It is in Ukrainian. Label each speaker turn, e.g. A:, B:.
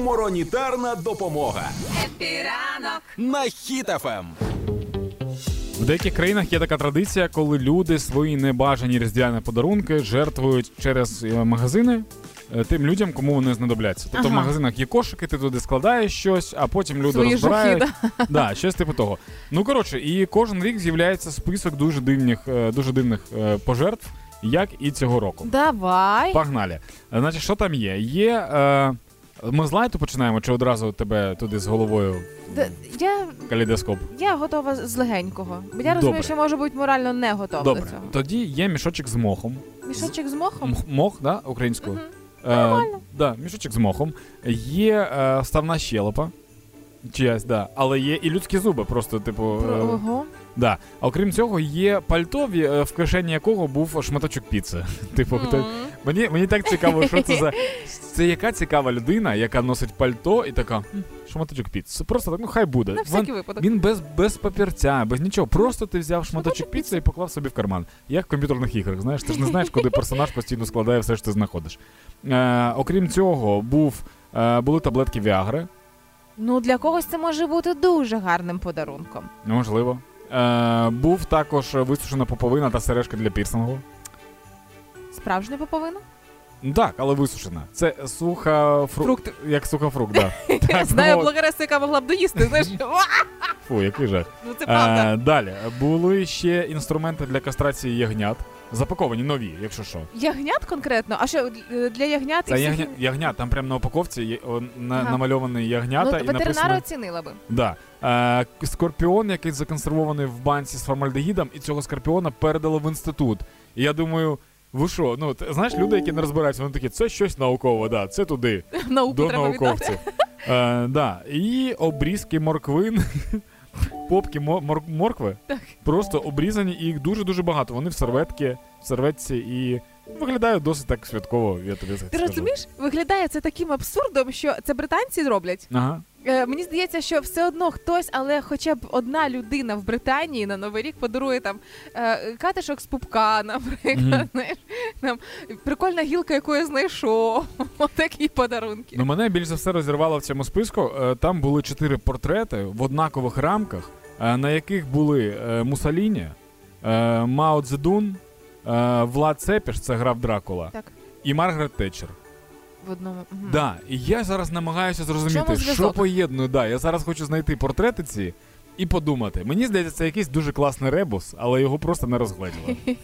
A: Гуморонітарна допомога
B: Піранок.
A: на Ем. Хіт-ФМ.
C: В деяких країнах є така традиція, коли люди свої небажані різдвяні подарунки жертвують через е, магазини. е, Тим людям, кому вони знадобляться. Тобто в
D: Ага.
C: магазинах є кошики, ти туди складаєш щось, а потім люди
D: Свої
C: розбирають. да, щось типу того. Ну коротше, і кожен рік з'являється список дуже дивних, е, дуже дивних е, пожертв, як і цього року.
D: Давай.
C: Погнали. Е, Значить, що там є? Є. Е, ми з лайту починаємо, чи одразу тебе туди з головою
D: Д- Я,
C: калейдоскоп?
D: я готова з легенького. Бо я розумію,
C: Добре.
D: що можу бути морально не готова
C: Добре.
D: до цього.
C: Тоді є мішочок з мохом.
D: Мішочок з мохом.
C: М- Мох, да, українською.
D: Мгм.
C: Е, да, мішочок з мохом. Є е, ставна щелепа. Чиясь, да. Але є і людські зуби, просто, типу. е,
D: Ого.
C: да. А окрім цього, є пальто, в, е, в кишені якого був шматочок піци. Типу, хто-
D: М.
C: мені, мені так цікаво, що це за. Це яка цікава людина, яка носить пальто і така. «М, Шматочок піци. Просто так, ну хай буде.
D: На
C: Вон-
D: всякий випадок.
C: він без, без папірця, без нічого. Просто ти взяв шматочок піци і поклав собі в карман. Як в комп'ютерних іграх. Знаєш, ти ж не знаєш, куди персонаж постійно складає все, що ти знаходиш. Е, окрім цього, був, е, були таблетки Віагри,
D: Ну, для когось це може бути дуже гарним подарунком.
C: можливо. Е, був також висушена поповина та сережка для пірсингу.
D: Справжня поповина?
C: Ну так, але висушена. Це суха фрукт. Як сухофрукт, да.
D: Я
C: так.
D: знаю
C: ну,
D: блогересу, яка могла б доїсти. Знаєш, Ва!
C: Фу, який жах.
D: ну це правда.
C: Е, далі. Були ще інструменти для кастрації ягнят. Запаковані нові, якщо що.
D: Ягнят конкретно, а що е, для ягнят і
C: Та
D: всіх
C: ягня,
D: ін-
C: ягня, там прямо на упаковці є о, на,
D: Ага.
C: намальовані
D: Ну,
C: ягнята і
D: ветеринар
C: написано.
D: оцінила би.
C: Да. Е, к- скорпіон, який законсервований в банці з формальдегідом, і цього скорпіона передали в інститут. І я думаю, ви що? Ну, ти, знаєш, люди, які не розбираються, вони такі, це щось наукове, да, це туди,
D: Науку
C: до
D: треба віддати.
C: науковців. Е, да. І обрізки морквин. Попки мо- мор- моркви
D: Так.
C: просто обрізані, і їх дуже-дуже багато. Вони в серветки, в серветці і виглядають досить так святково, я тобі
D: Ти
C: скажу.
D: розумієш, виглядає це таким абсурдом, що це британці роблять.
C: Ага.
D: Е, мені здається, що все одно хтось, але хоча б одна людина в Британії на Новий рік подарує там е, катишок з пупка, наприклад,
C: Мгм.
D: знаєш, там, прикольна гілка, яку я знайшов. Отакі подарунки.
C: Ну мене більш за все розірвало в цьому списку. Е, Там були чотири портрети в однакових рамках, е, на яких були е, Мусаліні, е, Мао Цзедун, е, Влад Цепіш, це грав Дракула,
D: Так,
C: і Маргарет Тетчер.
D: в одному. Мгм.
C: Да, і я зараз намагаюся
D: В чому
C: зрозуміти,
D: зв'язок?
C: що поєдную. Да, я зараз хочу знайти портрети ці і подумати. Мені здається, це якийсь дуже класний ребус, але його просто не розгледіли.